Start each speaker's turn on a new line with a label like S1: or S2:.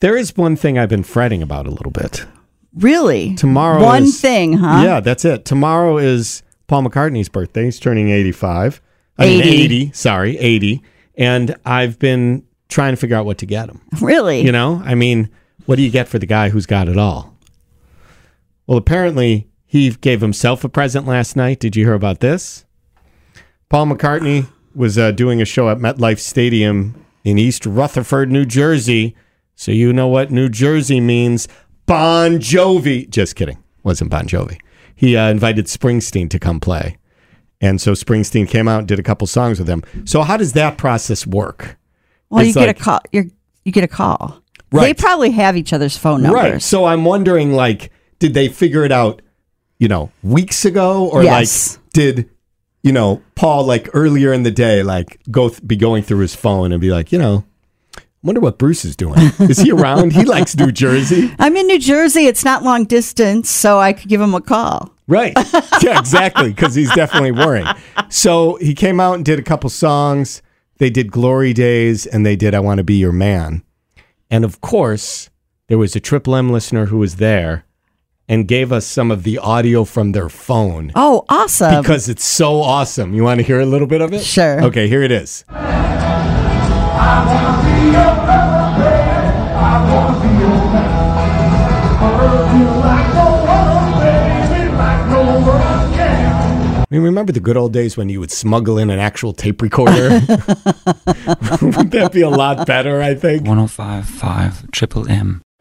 S1: There is one thing I've been fretting about a little bit.
S2: Really?
S1: Tomorrow
S2: One
S1: is-
S2: thing, huh?
S1: Yeah, that's it. Tomorrow is Paul McCartney's birthday. He's turning 85. I mean,
S2: 80.
S1: 80. Sorry, 80. And I've been trying to figure out what to get him.
S2: Really?
S1: You know, I mean, what do you get for the guy who's got it all? Well, apparently he gave himself a present last night. Did you hear about this? Paul McCartney was uh, doing a show at MetLife Stadium in East Rutherford, New Jersey. So you know what New Jersey means. Bon Jovi. Just kidding. Wasn't Bon Jovi. He uh, invited Springsteen to come play. And so Springsteen came out and did a couple songs with him. So how does that process work?
S2: well, you
S1: it's
S2: get
S1: like-
S2: a call. You're, you get a call. They
S1: Right.
S2: probably have each other's phone
S1: Right.
S2: numbers.
S1: So I'm wondering, like, did they figure it out, you know, weeks ago, or
S2: Yes.
S1: like, did you know Paul like earlier in the day, like, go th- be going through his phone and be like, you know, I wonder what Bruce is doing. Is he around? he likes New Jersey,
S2: I'm in New Jersey. It's not long distance, so I could give him a call.
S1: right? Yeah, exactly, because he's definitely worrying. So he came out and did a couple songs. They did Glory Days and they did I Want to Be Your Man. And of course, there was a Triple M listener who was there and gave us some of the audio from their phone
S2: Oh, awesome.
S1: because it's so awesome. You want to hear a little bit of it?
S2: Sure.
S1: Okay, here it is. I mean, remember the good old days when you would smuggle in an actual tape recorder? would that be a lot better, I think?
S3: 1055 Triple M.